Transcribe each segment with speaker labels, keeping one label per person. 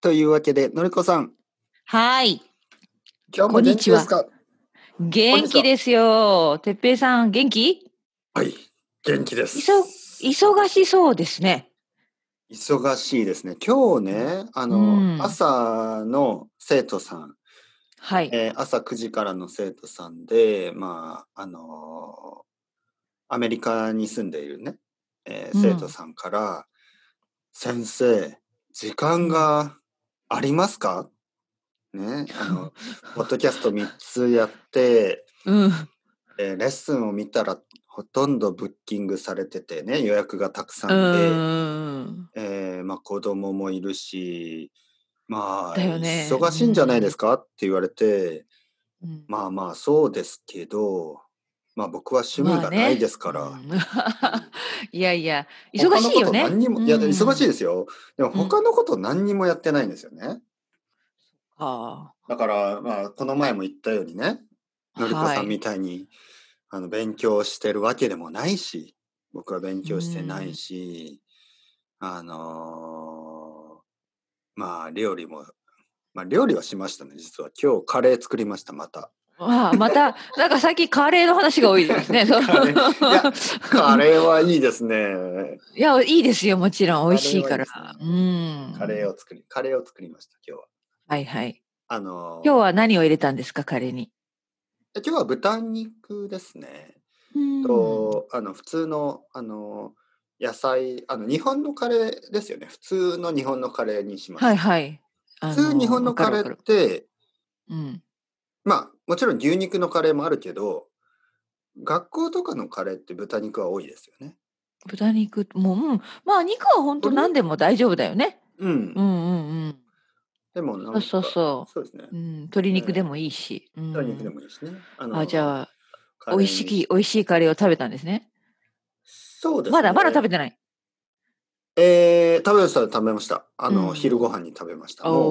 Speaker 1: というわけで、のりこさん、
Speaker 2: はい。
Speaker 1: 今日も元気ですか
Speaker 2: 元気ですよ。てっぺいさん、元気
Speaker 1: はい、元気です。
Speaker 2: 忙忙しそうですね。
Speaker 1: 忙しいですね。今日ね、あの、
Speaker 2: うん
Speaker 1: 朝の生徒さん、
Speaker 2: はい。
Speaker 1: えー朝9時からの生徒さんで、まあ、あのーアメリカに住んでいるね、えー
Speaker 2: うん
Speaker 1: 生徒さんから、先生、時間がありますかね、あ の、ポッドキャスト3つやって、
Speaker 2: うん。
Speaker 1: えーレッスンを見たらほとんどブッキングされててね予約がたくさ
Speaker 2: うん
Speaker 1: で、
Speaker 2: ん。
Speaker 1: えーまあ、子供もいるしまあ、
Speaker 2: だよね
Speaker 1: 忙しいんじゃないですかって言われて
Speaker 2: うん
Speaker 1: まあまあそうですけど、まあ、僕は趣味がないですから。
Speaker 2: まあねうん いやいや、忙しいよね。
Speaker 1: 他のこと何にも、いや、忙しい
Speaker 2: い。
Speaker 1: ですよ。でも、他のこと何にもやってないんですよね。
Speaker 2: あ
Speaker 1: だから、まあ、この前も言ったようにね、
Speaker 2: あ
Speaker 1: のりこさ
Speaker 2: は
Speaker 1: ん
Speaker 2: い
Speaker 1: みたいに、あの勉強してるわけでもないし僕は勉強してないし、あのーまあ料理も、まあ、料理はしましたね実は今日カレー作りましたま た
Speaker 2: まあ、また、なんか最近カレーの話が多いですね。そ う
Speaker 1: カレーいやカレーはいいですね
Speaker 2: いや、いいですよ、もちろん。美味しいから。
Speaker 1: カレーはいいですカレー
Speaker 2: うん。を。
Speaker 1: を作りカレーを作りました今日は
Speaker 2: はいはい。
Speaker 1: あのー
Speaker 2: 今日は何を入れたんですか、カレーに。
Speaker 1: 今日は豚肉ですね
Speaker 2: うん
Speaker 1: と、あの普通のあの野菜あの日本のカレーですよね普通の日本のカレーにしました、
Speaker 2: はいはい。あ
Speaker 1: 普通日本のカレ
Speaker 2: わか
Speaker 1: ーっ
Speaker 2: るわか
Speaker 1: て
Speaker 2: るうん。
Speaker 1: まあもちろん牛肉のカレーもあるけど学校とかのカレーって豚肉は多いですよね。
Speaker 2: 豚肉も、うん、まあ肉は本当何でも大丈夫だよね。
Speaker 1: うん。
Speaker 2: うんうん
Speaker 1: でもなん
Speaker 2: うん。
Speaker 1: か
Speaker 2: そうそう
Speaker 1: そうですね
Speaker 2: そう。う。ん、鶏肉でもいいし。うん
Speaker 1: 豚肉でもいいしね。あ
Speaker 2: あじ
Speaker 1: あ
Speaker 2: ゃあ美味しい美味しいカレーを食べたんですね。
Speaker 1: そうですね。
Speaker 2: まだまだ食べてない。
Speaker 1: えー、食べました食べました。あの、
Speaker 2: うん
Speaker 1: 昼ご飯に食べました。もう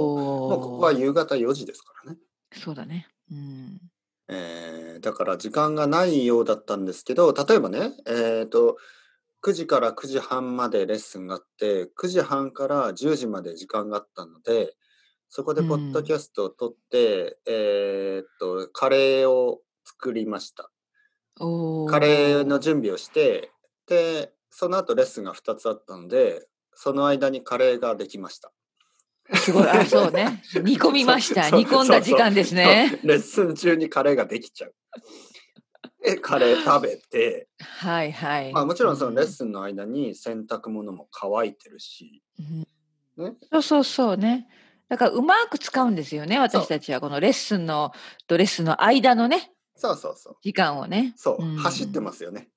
Speaker 2: お
Speaker 1: もうここは夕方4時ですからね。
Speaker 2: そうだね。うん。
Speaker 1: えーだから時間がないようだったんですけど例えばね、えー、と9時から9時半までレッスンがあって9時半から10時まで時間があったのでそこでポッドキャストを撮って、えーっとカレーを作りました
Speaker 2: お
Speaker 1: カレーの準備をしてでその後レッスンが2つあったのでその間にカレーができました。
Speaker 2: すごいあそうね。煮込みました。
Speaker 1: そう
Speaker 2: 煮込んだ時間ですね。
Speaker 1: レッスン中にカレーができちゃう。えカレー食べて
Speaker 2: はいはい。
Speaker 1: まあ、もちろんそのレッ
Speaker 2: ン。
Speaker 1: スンの間に洗濯物も乾いてるし、
Speaker 2: うん
Speaker 1: ね
Speaker 2: そうそうそうね。だからうまく使うんですよね私たちはこのレッスンのとレッスンの間のね
Speaker 1: そうそうそう
Speaker 2: 時間をね。
Speaker 1: そう、
Speaker 2: うん。
Speaker 1: 走ってますよね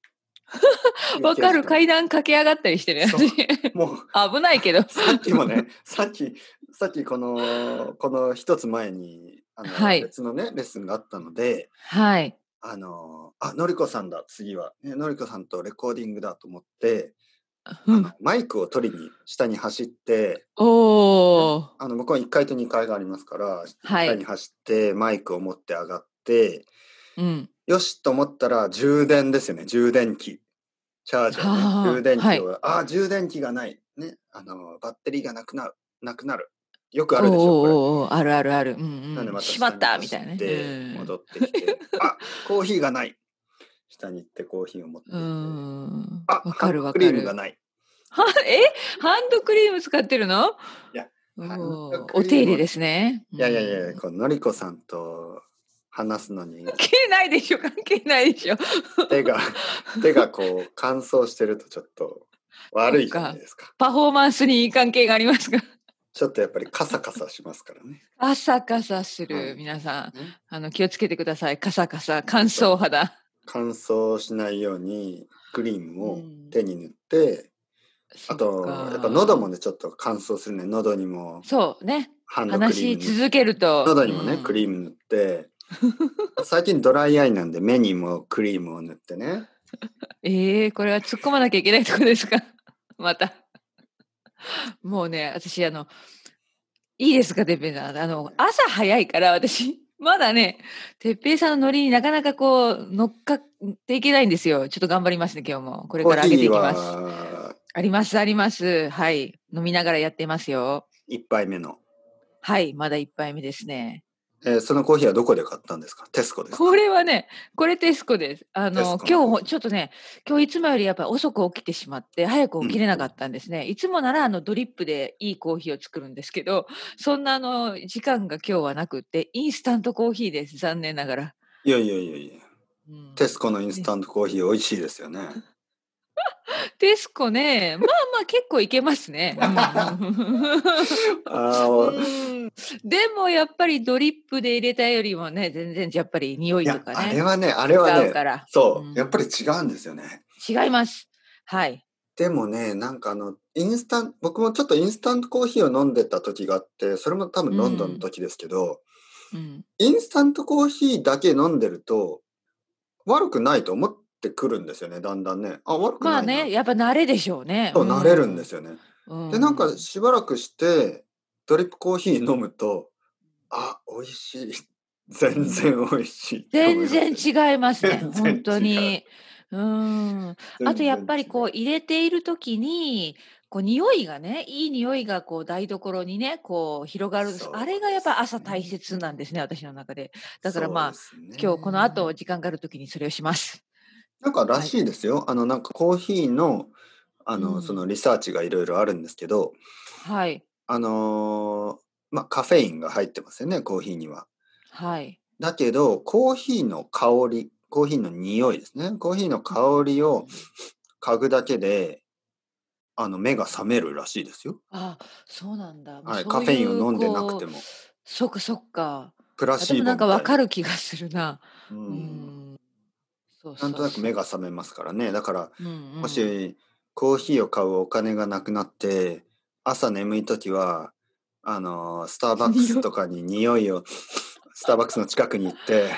Speaker 2: わかる階
Speaker 1: い
Speaker 2: 段駆け上がったりしてるやつ
Speaker 1: そうもう
Speaker 2: 危ないけど。
Speaker 1: さっきもねさっきさっきこのこの一つ前にあの、
Speaker 2: はい
Speaker 1: 別のねレッスンがあったので
Speaker 2: はい。
Speaker 1: あのあのりこさんだ次は、ね、のりこさんとレコーディングだと思って、
Speaker 2: う
Speaker 1: あ
Speaker 2: ん
Speaker 1: の、マイクを取りに下に走って
Speaker 2: おー
Speaker 1: あの僕は1階と2階がありますから、
Speaker 2: は
Speaker 1: 下に
Speaker 2: い。
Speaker 1: 走ってマイクを持って上がって。
Speaker 2: うん。
Speaker 1: よしと思ったら充電ですよね充電器チャージャー、
Speaker 2: は
Speaker 1: ね、
Speaker 2: あ
Speaker 1: 充電器を、ああ充電器がないねあのバッテリーがなくなるなくなるよくあるでしょ
Speaker 2: お
Speaker 1: こ
Speaker 2: ー
Speaker 1: れ
Speaker 2: おーおーあるあるある。う
Speaker 1: なん
Speaker 2: ん
Speaker 1: で
Speaker 2: うん。
Speaker 1: また
Speaker 2: しまったみたいなね。
Speaker 1: で
Speaker 2: うん
Speaker 1: 戻ってきて、 あコーヒーがない下に行ってコーヒーを持ってきて、
Speaker 2: うん。
Speaker 1: あ
Speaker 2: わかる
Speaker 1: ハンド
Speaker 2: わか
Speaker 1: クリームが
Speaker 2: る。
Speaker 1: ない
Speaker 2: は えハンドクリーム使ってるの
Speaker 1: いや
Speaker 2: お
Speaker 1: ハンドクリー
Speaker 2: ー
Speaker 1: ム
Speaker 2: お手入れですね。
Speaker 1: いやいやいや
Speaker 2: うん
Speaker 1: こののりこさんと話すのに
Speaker 2: 関係ないでしょ関係ないでしょ。
Speaker 1: 手 が手がこう乾燥してるとちょっと悪いじゃないですか
Speaker 2: パフォーマンスに関係がありますが。
Speaker 1: ちょっとやっぱりカサカサしますからね
Speaker 2: カサカサす
Speaker 1: はい
Speaker 2: る皆さん
Speaker 1: ね
Speaker 2: あの気をつけてください。カサカサ乾燥肌。
Speaker 1: 乾燥しないようにクリーム
Speaker 2: う
Speaker 1: を
Speaker 2: ん
Speaker 1: 手に塗って、あ
Speaker 2: そ
Speaker 1: と
Speaker 2: っか
Speaker 1: やっぱ喉もねちょっと乾燥するね喉にも
Speaker 2: そうね
Speaker 1: ハンドクリ
Speaker 2: 話し
Speaker 1: ーム塗っ
Speaker 2: 続けると
Speaker 1: 喉にもね、ク
Speaker 2: ー
Speaker 1: リーム塗って 最近ドライアイなんで目にもクリームを塗ってね
Speaker 2: えーこれは突っ込まなきゃいけないとこですか またもうね私あのいいですかてっぺいさんあの朝早いから私まだねてっぺいさんのノリになかなかこう乗っかっていけないんですよちょっと頑張りますね今日もこれ
Speaker 1: コ
Speaker 2: から
Speaker 1: ー
Speaker 2: 上げて
Speaker 1: ヒ
Speaker 2: い
Speaker 1: ー
Speaker 2: きます
Speaker 1: は
Speaker 2: ありますありますはい飲みながらやってますよ
Speaker 1: 一杯目の
Speaker 2: はい、まだ一杯目ですね。
Speaker 1: えーそのコーヒーはどこで買ったんですかテスコですか
Speaker 2: これはね、これテスコです。あ
Speaker 1: テス
Speaker 2: の、
Speaker 1: コの
Speaker 2: 今日、ちょっとね、今日いつもよりやっぱり遅く起きてしまって、早く起きれなかったんですね。いつもなら、あの、ドリップでいいコーヒーを作るんですけど、そんな、あの、時間が今日はなくって、インスタントコーヒーです。残念ながら。
Speaker 1: いやいやいやいや。
Speaker 2: うん
Speaker 1: テスコのインスタントコーヒー美味しいですよね。
Speaker 2: テスコね、まあまあ結構いけます ね。
Speaker 1: あ
Speaker 2: う
Speaker 1: ー
Speaker 2: んでもやっぱりドリップで入れたよりもね、全然やっぱり匂
Speaker 1: い
Speaker 2: いと
Speaker 1: や、
Speaker 2: か
Speaker 1: あ
Speaker 2: ね。
Speaker 1: れはね、あれは
Speaker 2: 違う
Speaker 1: ね、
Speaker 2: から。
Speaker 1: そうう、
Speaker 2: ん
Speaker 1: やっぱり違うんですよね。
Speaker 2: 違います。はい。
Speaker 1: でもね、なんかあの、インスタン、僕もちょっとインスタントコーヒーを飲んでた時があって、それも多分ロンドンの時ですけど、
Speaker 2: うん。
Speaker 1: インスタントコーヒーだけ飲んでると、悪くないと思ってくるんですよね、だんだんね。あ、悪く
Speaker 2: ま
Speaker 1: な
Speaker 2: あ
Speaker 1: いな。
Speaker 2: ね、やっぱ慣れでしょうね。
Speaker 1: そう、慣れるんです
Speaker 2: よ。
Speaker 1: よね。
Speaker 2: うん
Speaker 1: で、なんかしばらくして、ドリップコーヒー飲むと、あ、美味しい。 全然美味しいって思い
Speaker 2: 全
Speaker 1: ます。
Speaker 2: 然違いますね。
Speaker 1: 全然違う
Speaker 2: 本当に。うん。あとやっぱりこう入れている時にこう匂いがねいい匂いがこう台所にねこう広がるんです
Speaker 1: そう
Speaker 2: あれがやっぱ朝
Speaker 1: ですね
Speaker 2: 大切なんですね私の中でだからまあ
Speaker 1: そうですね
Speaker 2: 今日この後時間がある時にそれをします
Speaker 1: なんからしいですよ。あのなんかコーヒーのあの、
Speaker 2: うん
Speaker 1: そのリサーチがいろいろあるんですけど、
Speaker 2: はい
Speaker 1: あのーまあカフェインが入ってますよねコーヒーには。
Speaker 2: はい
Speaker 1: だけどコーヒーの香りコーヒーの匂いですねコーヒーの香りを嗅ぐだけであの目が覚めるらしいですよ。
Speaker 2: あそうなんだ、もう
Speaker 1: はい、
Speaker 2: そう
Speaker 1: カ
Speaker 2: う
Speaker 1: フェインを飲んでな
Speaker 2: こ
Speaker 1: く
Speaker 2: う
Speaker 1: ても
Speaker 2: そっかそっか
Speaker 1: プラ
Speaker 2: あ
Speaker 1: シ
Speaker 2: で
Speaker 1: ーボ
Speaker 2: も
Speaker 1: み
Speaker 2: な
Speaker 1: た
Speaker 2: ん
Speaker 1: い
Speaker 2: かわかる気がするな
Speaker 1: う、
Speaker 2: うんんそう
Speaker 1: な
Speaker 2: そうん
Speaker 1: となく目が
Speaker 2: そ
Speaker 1: 覚めますからねだから
Speaker 2: ううんうん
Speaker 1: もしコーヒーを買うお金がなくなって朝眠い時はあのースターバックスとかに匂い をスターバックスの近くに行って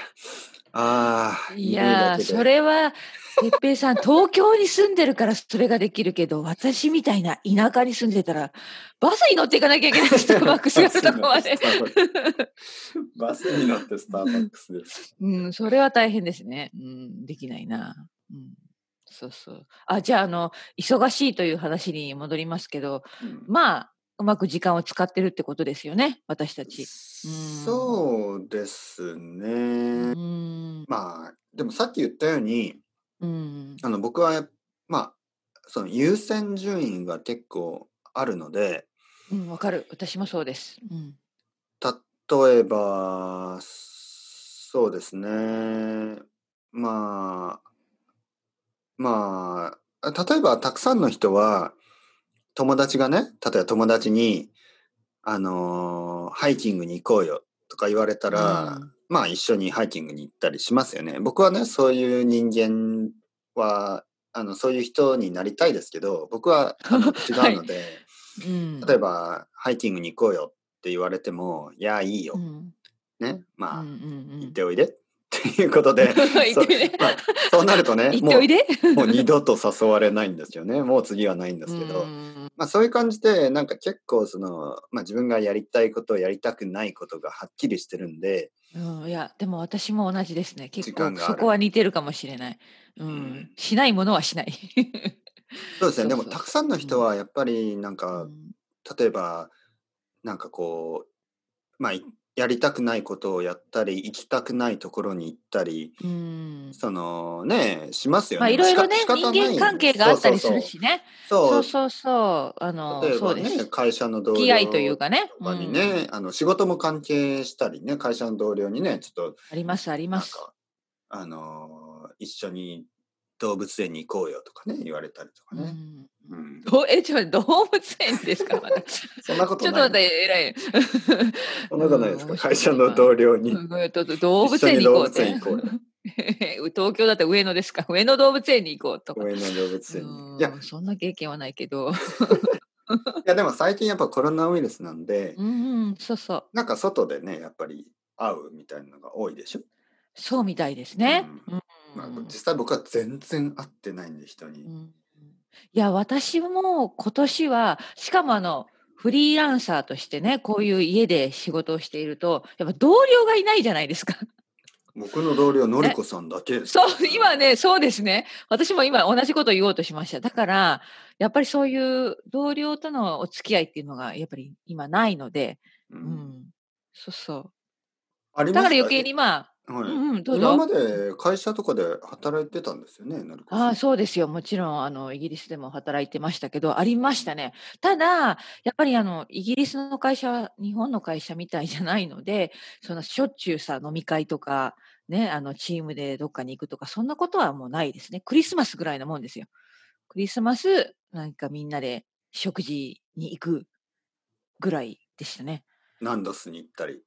Speaker 1: ああ
Speaker 2: いやーそれは哲平さん東京に住んでるからそれができるけど私みたいな田舎に住んでたらバスに乗っていかなきゃいけないスターバックスがあるとこまで
Speaker 1: バスに乗ってスターバックスです
Speaker 2: うんそれは大変ですね、うん、できないな、うん、そうそうあじゃああの忙しいという話に戻りますけど
Speaker 1: うん
Speaker 2: まあうまく時間を使ってるってことですよね私たちうん
Speaker 1: そうです
Speaker 2: う
Speaker 1: ね
Speaker 2: ん
Speaker 1: まあでもさっき言ったように
Speaker 2: うん
Speaker 1: あの僕はまあその優先順位が結構あるので
Speaker 2: うんわかる私もそうです、うん、
Speaker 1: 例えばそうですねまあまあ例えばたくさんの人は友達がね例えば友達に「あのーハイキングに行こうよ」とか言われたら、
Speaker 2: うん
Speaker 1: まあ一緒にハイキングに行ったりしますよね。僕はねそういう人間はあのそういう人になりたいですけど僕はあ の違うので。
Speaker 2: うん、
Speaker 1: 例えば、ハイキングに行こうよって言われても、いや、いいよ。
Speaker 2: うん
Speaker 1: ね。まあ、
Speaker 2: うんうんうん
Speaker 1: 行っておいで。 っていうこと で、
Speaker 2: 行
Speaker 1: そ
Speaker 2: っ
Speaker 1: う
Speaker 2: ておいで
Speaker 1: まあ、そうなる とね、
Speaker 2: 行っ
Speaker 1: も
Speaker 2: ておいで。
Speaker 1: う、もう二度と誘われないんですよね。もう次はないんですけど、
Speaker 2: うん
Speaker 1: まあそういう感じで、なんか結構その、まあ自分がやりたいこと、やりたくないことがはっきりしてるんで、
Speaker 2: うん、いやでも私も同じですね結
Speaker 1: 時間
Speaker 2: 構
Speaker 1: がある
Speaker 2: そこは似てるかもしれない、うん
Speaker 1: うん
Speaker 2: しないものはしな
Speaker 1: そうですね。で
Speaker 2: い、そうそう
Speaker 1: もたくさんの人はやっぱりなんか、例えば、なんかこう、まあ、いやりたくないことをやったり、行きたくないところに行ったり、
Speaker 2: うん
Speaker 1: そのねしますよね。
Speaker 2: まあいろいろね
Speaker 1: 仕方仕方ない
Speaker 2: 人間関係があったりするしねそ
Speaker 1: そううそう
Speaker 2: そうそうあ
Speaker 1: そう
Speaker 2: の
Speaker 1: 例え
Speaker 2: そう
Speaker 1: ば
Speaker 2: で
Speaker 1: ね
Speaker 2: す
Speaker 1: 会社の同
Speaker 2: 付
Speaker 1: 僚
Speaker 2: き合いというかね
Speaker 1: とかに
Speaker 2: うん
Speaker 1: ね、あの仕事も関係したりね会社の同僚にねちょっと
Speaker 2: ありますあり
Speaker 1: な
Speaker 2: ま
Speaker 1: ん
Speaker 2: す
Speaker 1: かあのー一緒に動物園に行こうよとかね言われたりとか
Speaker 2: う
Speaker 1: ね。
Speaker 2: ん
Speaker 1: うん
Speaker 2: どうえちょっと動物園ですか まだち
Speaker 1: そんなこ
Speaker 2: ょっ
Speaker 1: と
Speaker 2: と
Speaker 1: な
Speaker 2: ま
Speaker 1: い
Speaker 2: た。偉い
Speaker 1: そんなことないです
Speaker 2: う
Speaker 1: か
Speaker 2: ん
Speaker 1: 会社の同僚に。
Speaker 2: うんうんと動物園に行こうって。
Speaker 1: 一緒に動物園行
Speaker 2: 東京だって上野ですか上野動物園に行こうとか。
Speaker 1: 公園の動物園に。いや
Speaker 2: う
Speaker 1: い
Speaker 2: んそんな経験はないけど。
Speaker 1: やでも最近やっぱコロナウイルスなんで、
Speaker 2: うんうん、そうそう。
Speaker 1: なんか外でねやっぱり会うみたいなのが多いでしょ。
Speaker 2: そうみたいですね。
Speaker 1: うんまあ、
Speaker 2: うん
Speaker 1: 実際僕は全然会ってないんで人に、
Speaker 2: うんいや、私も今年は、しかもあの、フリーランサーとしてね、こういう家で仕事をしていると、やっぱ同僚がいないじゃないですか。
Speaker 1: 僕の同僚のりこさんだけです
Speaker 2: そう、 今ね、そうですね。私も今同じこと言おうとしました。だから、やっぱりそういう同僚とのお付き合いっていうのが、やっぱり今ないので、
Speaker 1: う、
Speaker 2: うんん。そうそ
Speaker 1: あり
Speaker 2: う。
Speaker 1: まし
Speaker 2: だ
Speaker 1: た
Speaker 2: から余計にまあ、
Speaker 1: は
Speaker 2: う
Speaker 1: い
Speaker 2: んうん、どう
Speaker 1: 今
Speaker 2: ぞ。
Speaker 1: まで会社とかで働いてたんですよね、なるこさん
Speaker 2: ああそうですよ。もちろん、あの、イギリスでも働いてましたけど、ありましたね。ただ、やっぱり、あの、イギリスの会社は日本の会社みたいじゃないので、その、しょっちゅうさ、飲み会とか、ね、あの、チームでどっかに行くとか、そんなことはもうないですね。クリスマスぐらいなもんですよ。クリスマス、なんかみんなで食事に行くぐらいでしたね。
Speaker 1: ナンドスに行ったり。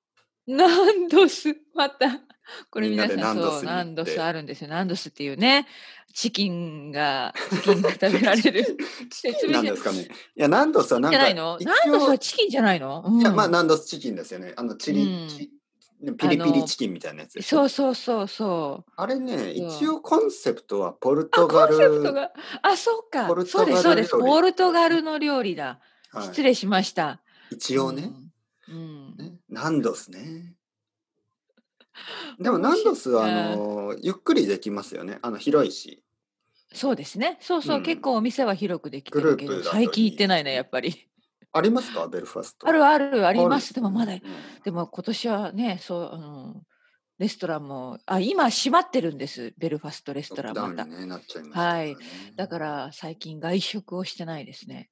Speaker 2: ナンドス、また。これ
Speaker 1: みんな
Speaker 2: 皆
Speaker 1: で
Speaker 2: さん、
Speaker 1: ナンド
Speaker 2: そ
Speaker 1: ス
Speaker 2: う、
Speaker 1: に行っ
Speaker 2: ナ
Speaker 1: て
Speaker 2: ンドスあるんですよ。ナンドスっていうね、チキンが、チキンが食べられ る。説
Speaker 1: な
Speaker 2: 明し
Speaker 1: ん
Speaker 2: て
Speaker 1: ですかね。いや、ナンドスはなん
Speaker 2: じゃ
Speaker 1: か、
Speaker 2: ない
Speaker 1: 一
Speaker 2: の
Speaker 1: 応
Speaker 2: ナンドスはチキンじゃないの、うん
Speaker 1: いや、まあ、ナンドスチキンですよね。あの、チリ、
Speaker 2: うん
Speaker 1: チピリピ
Speaker 2: あ
Speaker 1: リ
Speaker 2: の
Speaker 1: チキンみたいなやつですよ
Speaker 2: そうそうそうそう。
Speaker 1: あれね、
Speaker 2: そう
Speaker 1: 一応コンセプトはポル
Speaker 2: あ、
Speaker 1: ト
Speaker 2: コ
Speaker 1: ガ
Speaker 2: ン
Speaker 1: ル。
Speaker 2: セプトが。あ、そうか
Speaker 1: ポル。
Speaker 2: そ
Speaker 1: トガ
Speaker 2: う
Speaker 1: ル
Speaker 2: です、そうです。
Speaker 1: 料理
Speaker 2: ポルトガルの料理
Speaker 1: はい
Speaker 2: だ。失礼しました。
Speaker 1: 一応ね、
Speaker 2: うん。うん
Speaker 1: ねナンドス ね。でも
Speaker 2: 面
Speaker 1: ナ
Speaker 2: 白い
Speaker 1: ンドスはあ
Speaker 2: な
Speaker 1: のゆっくりできますよね。あの広いし。
Speaker 2: そうですね。そうそう、
Speaker 1: うん
Speaker 2: 結構お店は広くできて
Speaker 1: グル
Speaker 2: る
Speaker 1: ー
Speaker 2: け
Speaker 1: プ
Speaker 2: ど、
Speaker 1: だと
Speaker 2: 最近行ってない
Speaker 1: い
Speaker 2: ね、
Speaker 1: い
Speaker 2: やっぱり。
Speaker 1: ありますかベルファスト。
Speaker 2: あるある、あ
Speaker 1: あ
Speaker 2: り
Speaker 1: るん
Speaker 2: ますす。
Speaker 1: ね
Speaker 2: でもまだ
Speaker 1: うん
Speaker 2: でも今年はね、そう、あの、レストランも、あ、今閉まってるんです、ベルファストレス
Speaker 1: ロ
Speaker 2: ト
Speaker 1: ッ
Speaker 2: ラ
Speaker 1: ク
Speaker 2: ン
Speaker 1: ダウ
Speaker 2: ま
Speaker 1: ン
Speaker 2: た
Speaker 1: に。ねなっちゃいました
Speaker 2: はい。だから
Speaker 1: ね
Speaker 2: ら最近外食をしてないですね。